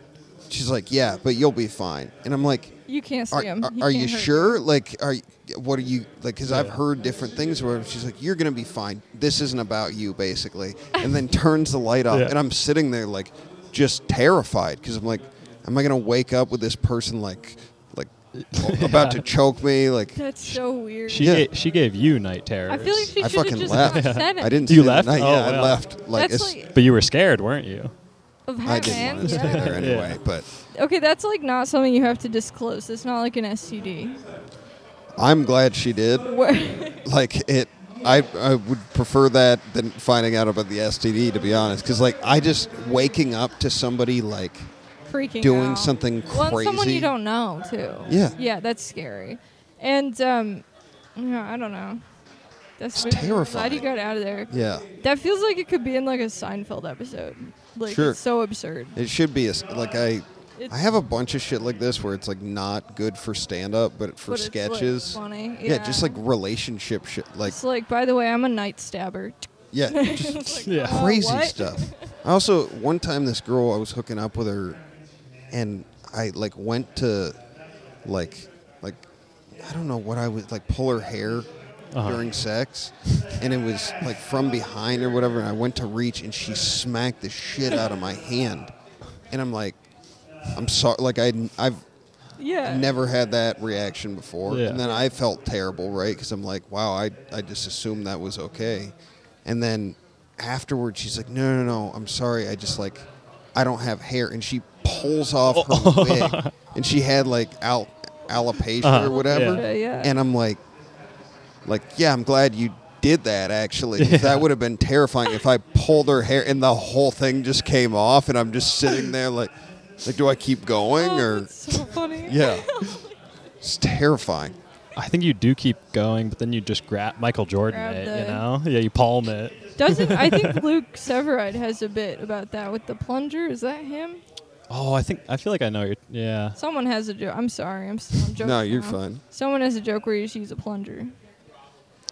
she's like, yeah, but you'll be fine. And I'm like,
yeah. you can't see
are,
him.
are,
He
are
can't
you
hurt
sure? Like, are y- what are you like? Because I've heard different things where she's like, "You're gonna be fine. This isn't about you," basically, and then turns the light off,
Yeah.
and I'm sitting there like, just terrified because I'm like, "Am I gonna wake up with this person like, like about to choke me?" Like,
That's so weird.
She
Yeah.
ga- she gave you night terrors.
I feel like she
I
should have
fucking
just
left.
not said it.
I didn't.
You
stay the
left?
night.
Oh,
yeah, I
wow.
left. Like,
that's
it's,
like
But you were scared, weren't you?
of
I
hat
didn't
man.
want to stay
yeah.
there anyway. But
Okay, that's like not something you have to disclose. It's not like an STD.
I'm glad she did.
Where-
like it I, I would prefer that than finding out about the STD to be honest because like I just waking up to somebody like
freaking
doing
out.
something
Well, and someone
crazy.
you don't know too.
Yeah.
Yeah, that's scary. And um, yeah, I don't know. That's
It's
I'm Glad you
terrifying.
got out of there.
yeah
That feels like it could be in like a Seinfeld episode. Like
Sure.
it's so absurd.
it should be a s like I
It's-
I have a bunch of shit like this where it's like not good for stand up but for
But it's, like,
sketches
funny.
Yeah. just like relationship shit like
It's like, by the way, I'm a night stabber.
yeah just
It's like,
Yeah.
uh,
crazy
what?
stuff. I also one time this girl I was hooking up with her, and I like went to, like, like I don't know what I was like pull her hair
Uh-huh.
during sex, and it was like from behind or whatever. And I went to reach, and she smacked the shit out of my hand, and I'm like, I'm sorry. Like I I've
Yeah.
never had that reaction before.
Yeah.
And then I felt terrible, right? Because I'm like, wow, I, I just assumed that was okay. And then afterward, she's like, no, no, no, I'm sorry. I just like, I don't have hair. And she pulls off
Oh.
her wig. And she had like al- alopecia or
Uh-huh.
whatever.
Yeah.
Yeah, yeah.
And I'm like, like, yeah, I'm glad you did that actually. 'cause That would have been terrifying if I pulled her hair and the whole thing just came off and I'm just sitting there like, like, do I keep going
Oh,
or?
that's so funny.
Yeah. it's terrifying.
I think you do keep going, but then you just grab Michael Jordan
Grab
it,
the-
you know? Yeah, you palm it.
Doesn't I think Luke Severide has a bit about that with the plunger? Is that him?
Oh, I think I feel like I know. You're, yeah.
Someone has a joke. I'm sorry. I'm, s- I'm joking.
No, you're
now.
fine.
Someone has a joke where you just use a plunger.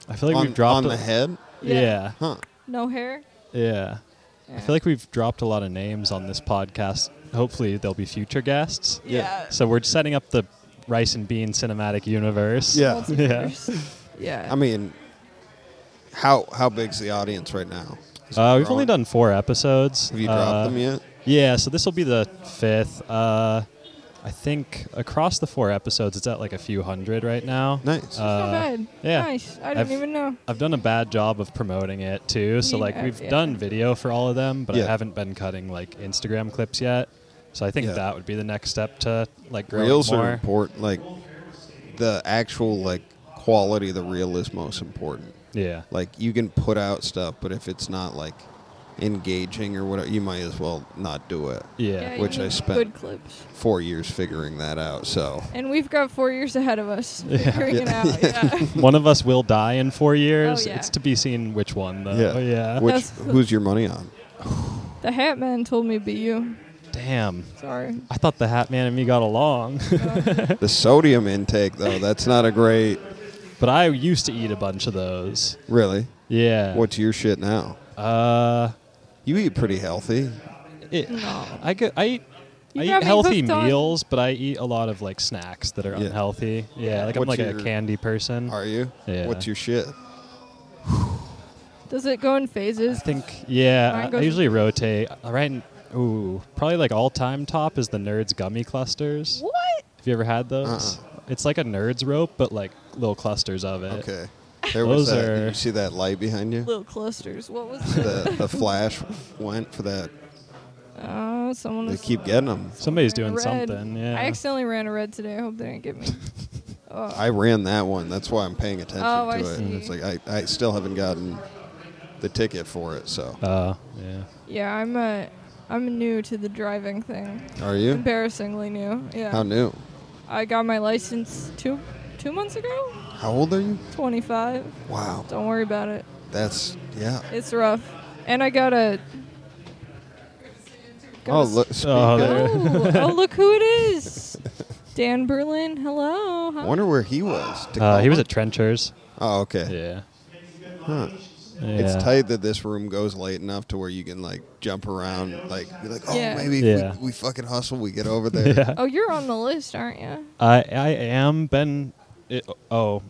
I feel like
on,
we've dropped
on
a-
the head?
Yeah. Yeah.
Huh.
No hair.
I feel like we've dropped a lot of names on this podcast. Hopefully, there'll be future guests.
Yeah.
So we're setting up the rice and bean cinematic universe.
Yeah.
Multiverse. Yeah.
I mean, how how big's the audience right now? Is it
Uh, we've
growing?
only done four episodes.
Have you
Uh,
dropped them yet?
Yeah, so this will be the fifth. Uh, I think across the four episodes, it's at like a few hundred right now.
Nice.
uh,
Not bad.
yeah.
Nice. I
I've-
didn't even know.
I've done a bad job of promoting it too. So
You
like
have,
we've
yeah.
done video for all of them, but
Yeah.
I haven't been cutting like Instagram clips yet. So I think
Yeah.
that would be the next step to like grow it
Reels
more.
are important. Like the actual like quality of the reel is most important.
Yeah.
Like you can put out stuff, but if it's not like engaging or whatever, you might as well not do it.
Yeah.
you
which I
need
spent.
Good clips.
Four years figuring that out. So
And we've got four years ahead of us figuring it out. Yeah.
One of us will die in four years.
Oh, yeah.
It's to be seen which one though. Oh, Yeah.
Which
That's-
who's your money on?
the Hat Man told me be you.
Damn.
Sorry.
I thought the Hat Man and me got along,
The sodium intake, though, that's not a great.
but I used to eat a bunch of those.
Really?
Yeah.
What's your shit now?
Uh,
You eat pretty healthy.
it, I go, I eat.
You
I
got
eat
me
healthy
hooked on-
meals, but I eat a lot of like snacks that are
Yeah.
unhealthy. Yeah, like I'm
What's
like
your-
a candy person.
Are you?
Yeah.
What's your shit?
Does it go in phases?
I think yeah.
Mine
I, I
goes-
usually rotate. All right. Ooh, probably like all time top is the Nerds gummy clusters.
What?
Have you ever had those? It's like a Nerds rope, but like little clusters of it.
Uh-uh. Okay. There was
Those
that.
are-
Did you see that light behind you?
Little clusters. What was that?
The, the flash went for that.
Oh, someone
They
was
keep getting them.
Somebody's
ran a
doing
red.
something. Yeah.
I accidentally ran a red today. I hope they didn't get me.
I ran that one. That's why I'm paying attention
Oh,
to
I
it.
see.
It's like I, I still haven't gotten the ticket for it. So
uh, yeah.
Yeah, I'm uh, I'm new to the driving thing.
are you?
Embarrassingly new. Yeah.
How new?
I got my license two two months ago.
How old are you?
25.
Wow.
Don't worry about it.
That's yeah.
It's rough. And I got a.
Oh look. speak
Oh,
up.
there.
Oh, oh, look who it is! Dan Berlin. Hello. Hi.
Wonder where he was.
Uh, he was
Tacoma?
at Trenchers.
Oh, okay.
Yeah.
Huh.
yeah.
It's tight that this room goes late enough to where you can like jump around, like be like, oh,
Yeah.
maybe if
Yeah.
we, we fucking hustle, we get over there.
Yeah.
Oh, you're on the list, aren't you?
I I am Ben. It, oh,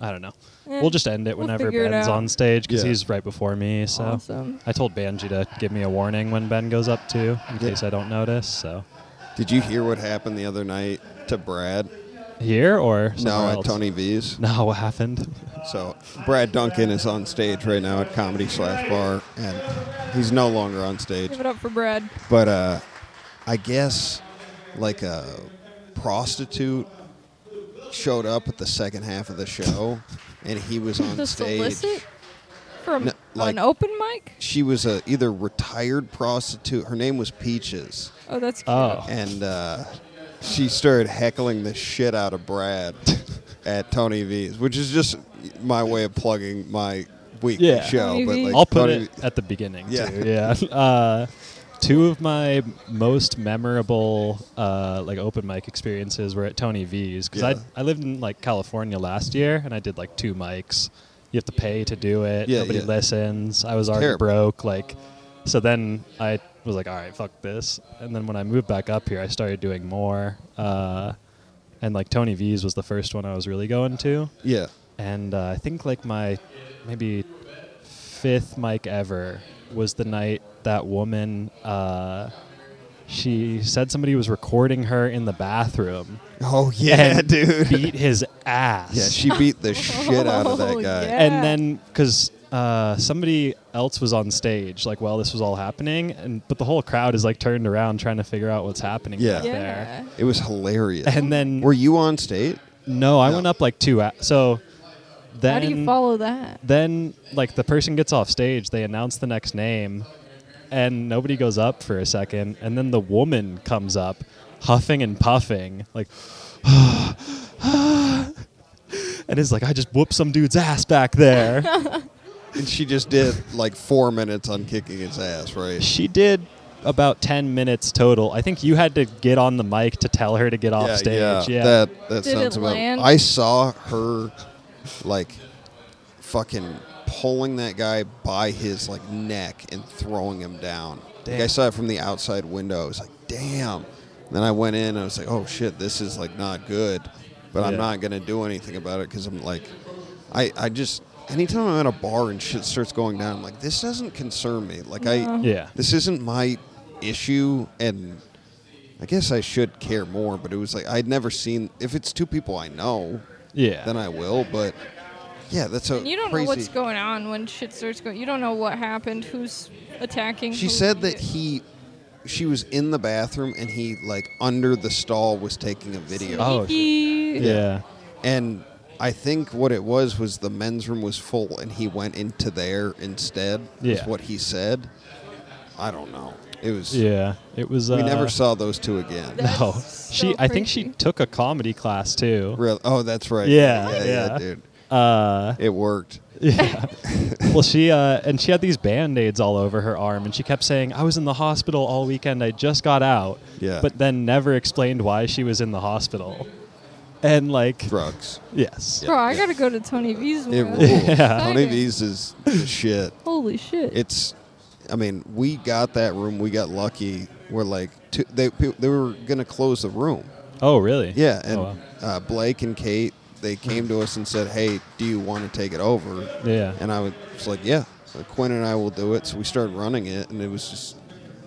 I don't know.
Eh,
we'll just end it
we'll
whenever
figure it
Ben's
out.
on stage because
Yeah.
he's right before me. So
Awesome.
I told Banji to give me a warning when Ben goes up too, in case I don't notice. So
Did you hear what happened the other night to Brad?
here or
No,
somewhere
at
else?
Tony V's.
No, what happened?
So Brad Duncan is on stage right now at Comedy Slash Bar, and he's no longer on stage.
Give it up for Brad.
But uh, I guess like a prostitute showed up at the second half of the show, and he was on
The
stage.
solicit from
No, like-
an open mic.
She was a either retired prostitute. Her name was Peaches,
Oh, that's cute.
Oh,
and uh, she started heckling the shit out of Brad at Tony V's, which is just my way of plugging my weekly
Yeah.
show.
Tony
But
V.
like
I'll put
Tony
it at the beginning
Yeah.
too. Yeah. Uh, two of my most memorable uh, like open mic experiences were at Tony V's because
Yeah.
I I lived in like California last year and I did like two mics. You have to pay to do it.
Yeah,
Nobody
yeah.
listens. I was already
Terrible.
broke. Like, so then I was like, all right, fuck this. And then when I moved back up here, I started doing more. Uh, and like Tony V's was the first one I was really going to
Yeah.
and uh, I think like my maybe fifth mic ever was the night that woman uh, she said somebody was recording her in the bathroom
Oh yeah,
and
dude.
beat his ass
yeah, she beat the shit out of that
Oh,
guy.
yeah.
and then because uh, somebody else was on stage like while this was all happening and but the whole crowd is like turned around trying to figure out what's happening
Yeah.
back
yeah.
there
It was hilarious.
and then
were you on stage?
no i
No.
went up like two a- so then
How do you follow that?
then like the person gets off stage they announce the next name and nobody goes up for a second and then the woman comes up huffing and puffing like and is like i just whooped some dude's ass back there
And she just did like four minutes on kicking his ass, right?
she did about 10 minutes total i think you had to get on the mic to tell her to get off
yeah,
stage
yeah.
yeah,
That that
Did
sounds
it
about.
land?
I saw her like fucking pulling that guy by his like neck and throwing him down. Like I
Damn.
saw it from the outside window. I was like, damn. And then I went in. I was like, oh shit, this is like not good. But I'm
Yeah.
not gonna do anything about it because I'm like, I I just anytime I'm at a bar and shit starts going down, I'm like, this doesn't concern me. Like I
Yeah.
this isn't my issue and I guess I should care more, but it was like I'd never seen. If it's two people I know,
yeah
then I will. But yeah, that's a
And you don't
crazy.
know what's going on when shit starts going. You don't know what happened. Who's attacking?
She
who.
said that he, she was in the bathroom and he like under the stall was taking a video,
Oh,
He-
yeah
and I think what it was was the men's room was full and he went into there instead. Is
Yeah.
what he said. I don't know. It was.
yeah it was uh,
We never saw those two again.
no
That's
she
so
i think she
crazy.
took a comedy class too
Really? Oh, that's right.
Yeah,
yeah,
yeah.
dude.
uh
It worked.
Yeah. well, she uh, and she had these band aids all over her arm, and she kept saying, "I was in the hospital all weekend. I just got out."
Yeah.
But then never explained why she was in the hospital, and like,
Drugs.
yes,
Bro, I gotta go to Tony V's.
It
more.
rules.
Yeah.
Tony V's is the shit.
Holy shit.
It's, I mean, we got that room. We got lucky. We're like, two, they pe- they were gonna close the room.
Oh, really?
Yeah, and
oh, wow.
uh, Blake and Kate they came to us and said, "Hey, do you want to take it over?"
Yeah.
And I was like, "Yeah." So Quinn and I will do it. So we started running it, and it was just,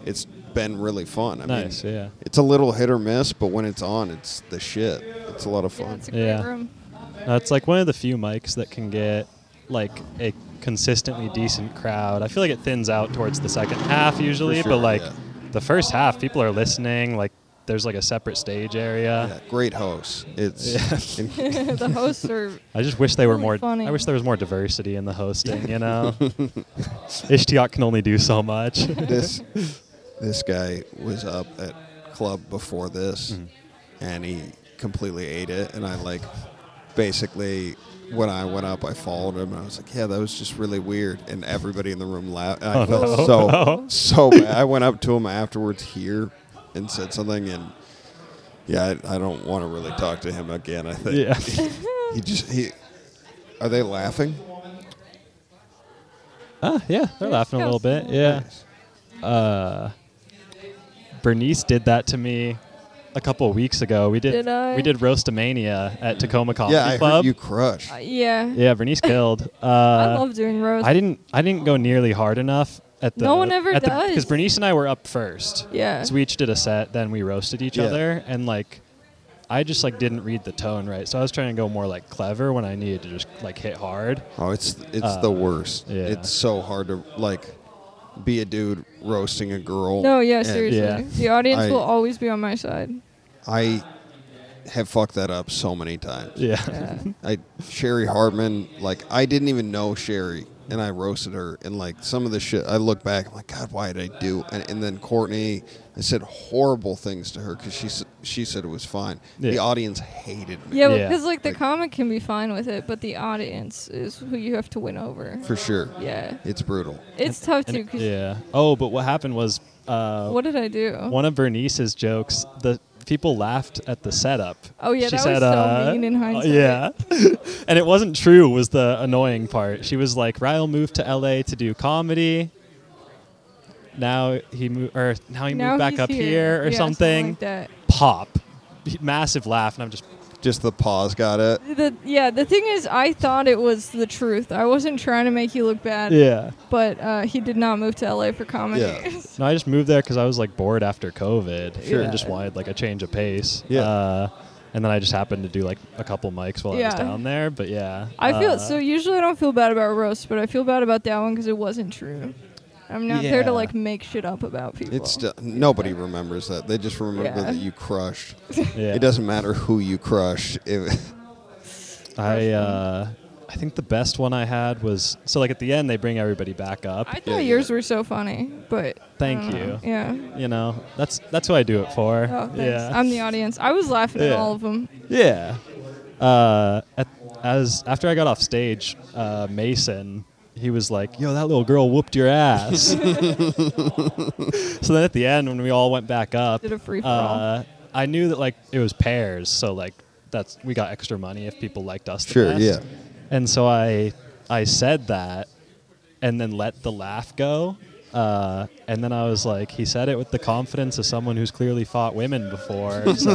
it's been really fun. I
Nice,
mean,
yeah.
It's a little hit or miss, but when it's on, it's the shit. It's a lot of
yeah,
fun.
it's a great
Yeah.
room.
That's like one of the few mics that can get like a consistently decent crowd. I feel like it thins out towards the second half usually,
sure,
but like
yeah.
the first half, people are listening. Like there's like a separate stage area.
Yeah, great host. It's
the hosts are
I just wish they were
Really
more.
funny.
I wish there was more diversity in the hosting. You know, Ishtiak can only do so much.
this this guy was up at club before this
Mm-hmm.
and he completely ate it and i like basically when i went up i followed him and i was like yeah that was just really weird and everybody in the room laughed and i
Oh,
felt so so bad i went up to him afterwards here and said something and yeah i, I don't want to really talk to him again i think
yeah,
he just he are they laughing
ah, yeah, they're laughing a little bit. Yeah, Bernice did that to me a couple weeks ago. We did.
Did I?
We did Roastamania at Tacoma Comedy
yeah i
Club.
heard you crush
uh, yeah.
yeah, Bernice killed. Uh,
I love doing roast.
I didn't. I didn't go nearly hard enough at the.
No one ever
at
does.
Because Bernice and I were up first.
Yeah.
So we each did a set, then we roasted each
Yeah.
other, and like, I just like didn't read the tone right, so I was trying to go more like clever when I needed to just like hit hard.
Oh, it's it's the worst.
Uh, yeah.
It's so hard to like be a dude roasting a girl.
No, yeah,
And
seriously.
Yeah.
The audience
I-
will always be on my side.
I have fucked that up so many times.
Yeah.
I Sherry Hardman, like I didn't even know Sherry, and I roasted her, and like some of the shit I look back, I'm like, God, why did I do? And, and then Courtney, I said horrible things to her because she s- she said it was fine. The
Yeah.
audience hated me
Yeah,
Yeah.
because like the
Like-
comic can be fine with it, but the audience is who you have to win over.
for sure.
Yeah,
It's brutal.
it's tough
And
too.
it-
'cause
yeah. Oh, but what happened was uh,
what did I do?
one of Bernice's jokes. The people laughed at the setup.
Oh, yeah,
she
that was
said,
so
uh,
mean in hindsight.
Yeah, and it wasn't true. Was the annoying part? She was like, Ryle moved to LA to do comedy. Now he moved, or now he
now
moved back
he's
up here, or
Yeah,
something.
like that.
Pop, massive laugh, and I'm just
Just the pause got it.
The, yeah, the thing is, I thought it was the truth. I wasn't trying to make you look bad,
yeah.
but uh, he did not move to LA for comedy.
Yeah.
No, I just moved there because I was like bored after COVID
Sure.
and just wanted like a change of pace.
Yeah.
Uh, and then I just happened to do like a couple mics while I was
Yeah.
down there. But yeah,
I feel
uh,
so. Usually, I don't feel bad about roast, but I feel bad about that one because it wasn't true. I'm not there
Yeah.
to like make shit up about people.
It's still, nobody remembers that. They just remember
Yeah.
that you crushed.
Yeah.
It doesn't matter who you crush. If,
I uh, I think the best one I had was so like at the end they bring everybody back up.
I thought
yeah.
yours were so funny, but I
Thank
don't know.
you.
Yeah.
you know, that's that's who I do it for.
Oh, thanks.
yeah.
I'm the audience. I was laughing at
Yeah.
all of them.
Yeah. Uh, at, as after I got off stage, uh, Mason, he was like, "Yo, that little girl whooped your ass." so then at the end, when we all went back up,
Did a free for all.
uh, I knew that like it was pairs, so like that's we got extra money if people liked us. The
Sure,
best.
yeah.
And so I I said that, and then let the laugh go. Uh, and then I was like, he said it with the confidence of someone who's clearly fought women before. So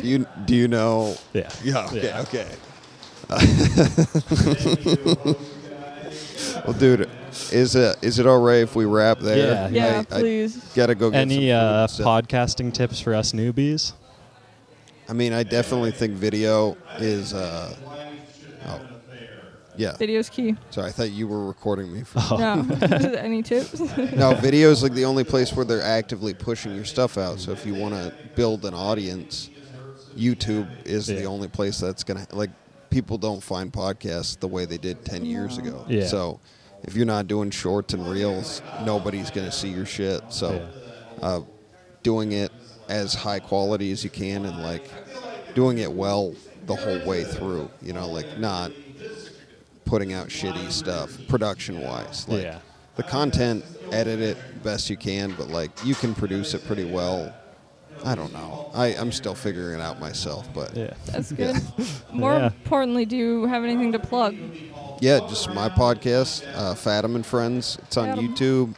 you do you know?
yeah,
Yeah. Okay.
Yeah.
Okay. well, dude, is it is it all right if we wrap
Yeah.
there?
Yeah,
I,
please.
I gotta go. Get some
Any
food
uh,
and stuff.
podcasting tips for us newbies?
I mean, I definitely think video is. Uh, oh, yeah.
Video's key.
Sorry, I thought you were recording me. For,
No. Any tips?
No, video is like the only place where they're actively pushing your stuff out. So if you want to build an audience, YouTube is the
Yeah.
only place that's gonna like people don't find podcasts the way they did ten years ago.
Yeah.
So Oh. if you're not doing shorts and reels, nobody's gonna see your shit. So
Yeah.
uh, doing it as high quality as you can and like doing it well the whole way through. You know, like not putting out shitty stuff production wise. Like
Yeah.
the content, edit it best you can, but like you can produce it pretty well. I don't know. I, I'm still figuring it out myself, but
Yeah.
That's
Yeah.
good. More
Yeah.
importantly, do you have anything to plug?
yeah, just my podcast, uh, Fathom and Friends. It's on
Fathom.
YouTube,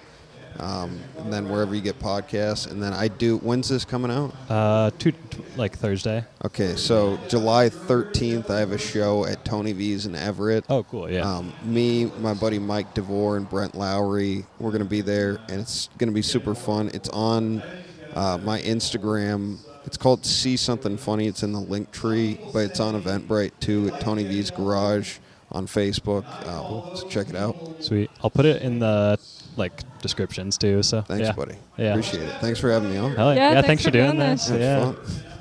um, and then wherever you get podcasts. And then I do. When's this coming out?
Uh, two, t- like Thursday.
Okay, so July 13th, I have a show at Tony V's in Everett.
Oh, cool. Yeah.
Um, me, my buddy Mike DeVore, and Brent Lowry, we're going to be there, and it's going to be super fun. It's on uh, my Instagram. It's called See Something Funny. It's in the link tree, but it's on Eventbrite too at Tony V's Garage on Facebook. Uh, so check it out.
Sweet. I'll put it in the like descriptions too. So
Thanks,
yeah.
buddy.
Yeah.
Appreciate it. Thanks for having me on.
Hell yeah.
Yeah,
thanks, for doing, this.
That's
Yeah.
fun.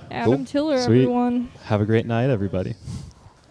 Adam Tiller,
Sweet.
everyone.
Have a great night, everybody.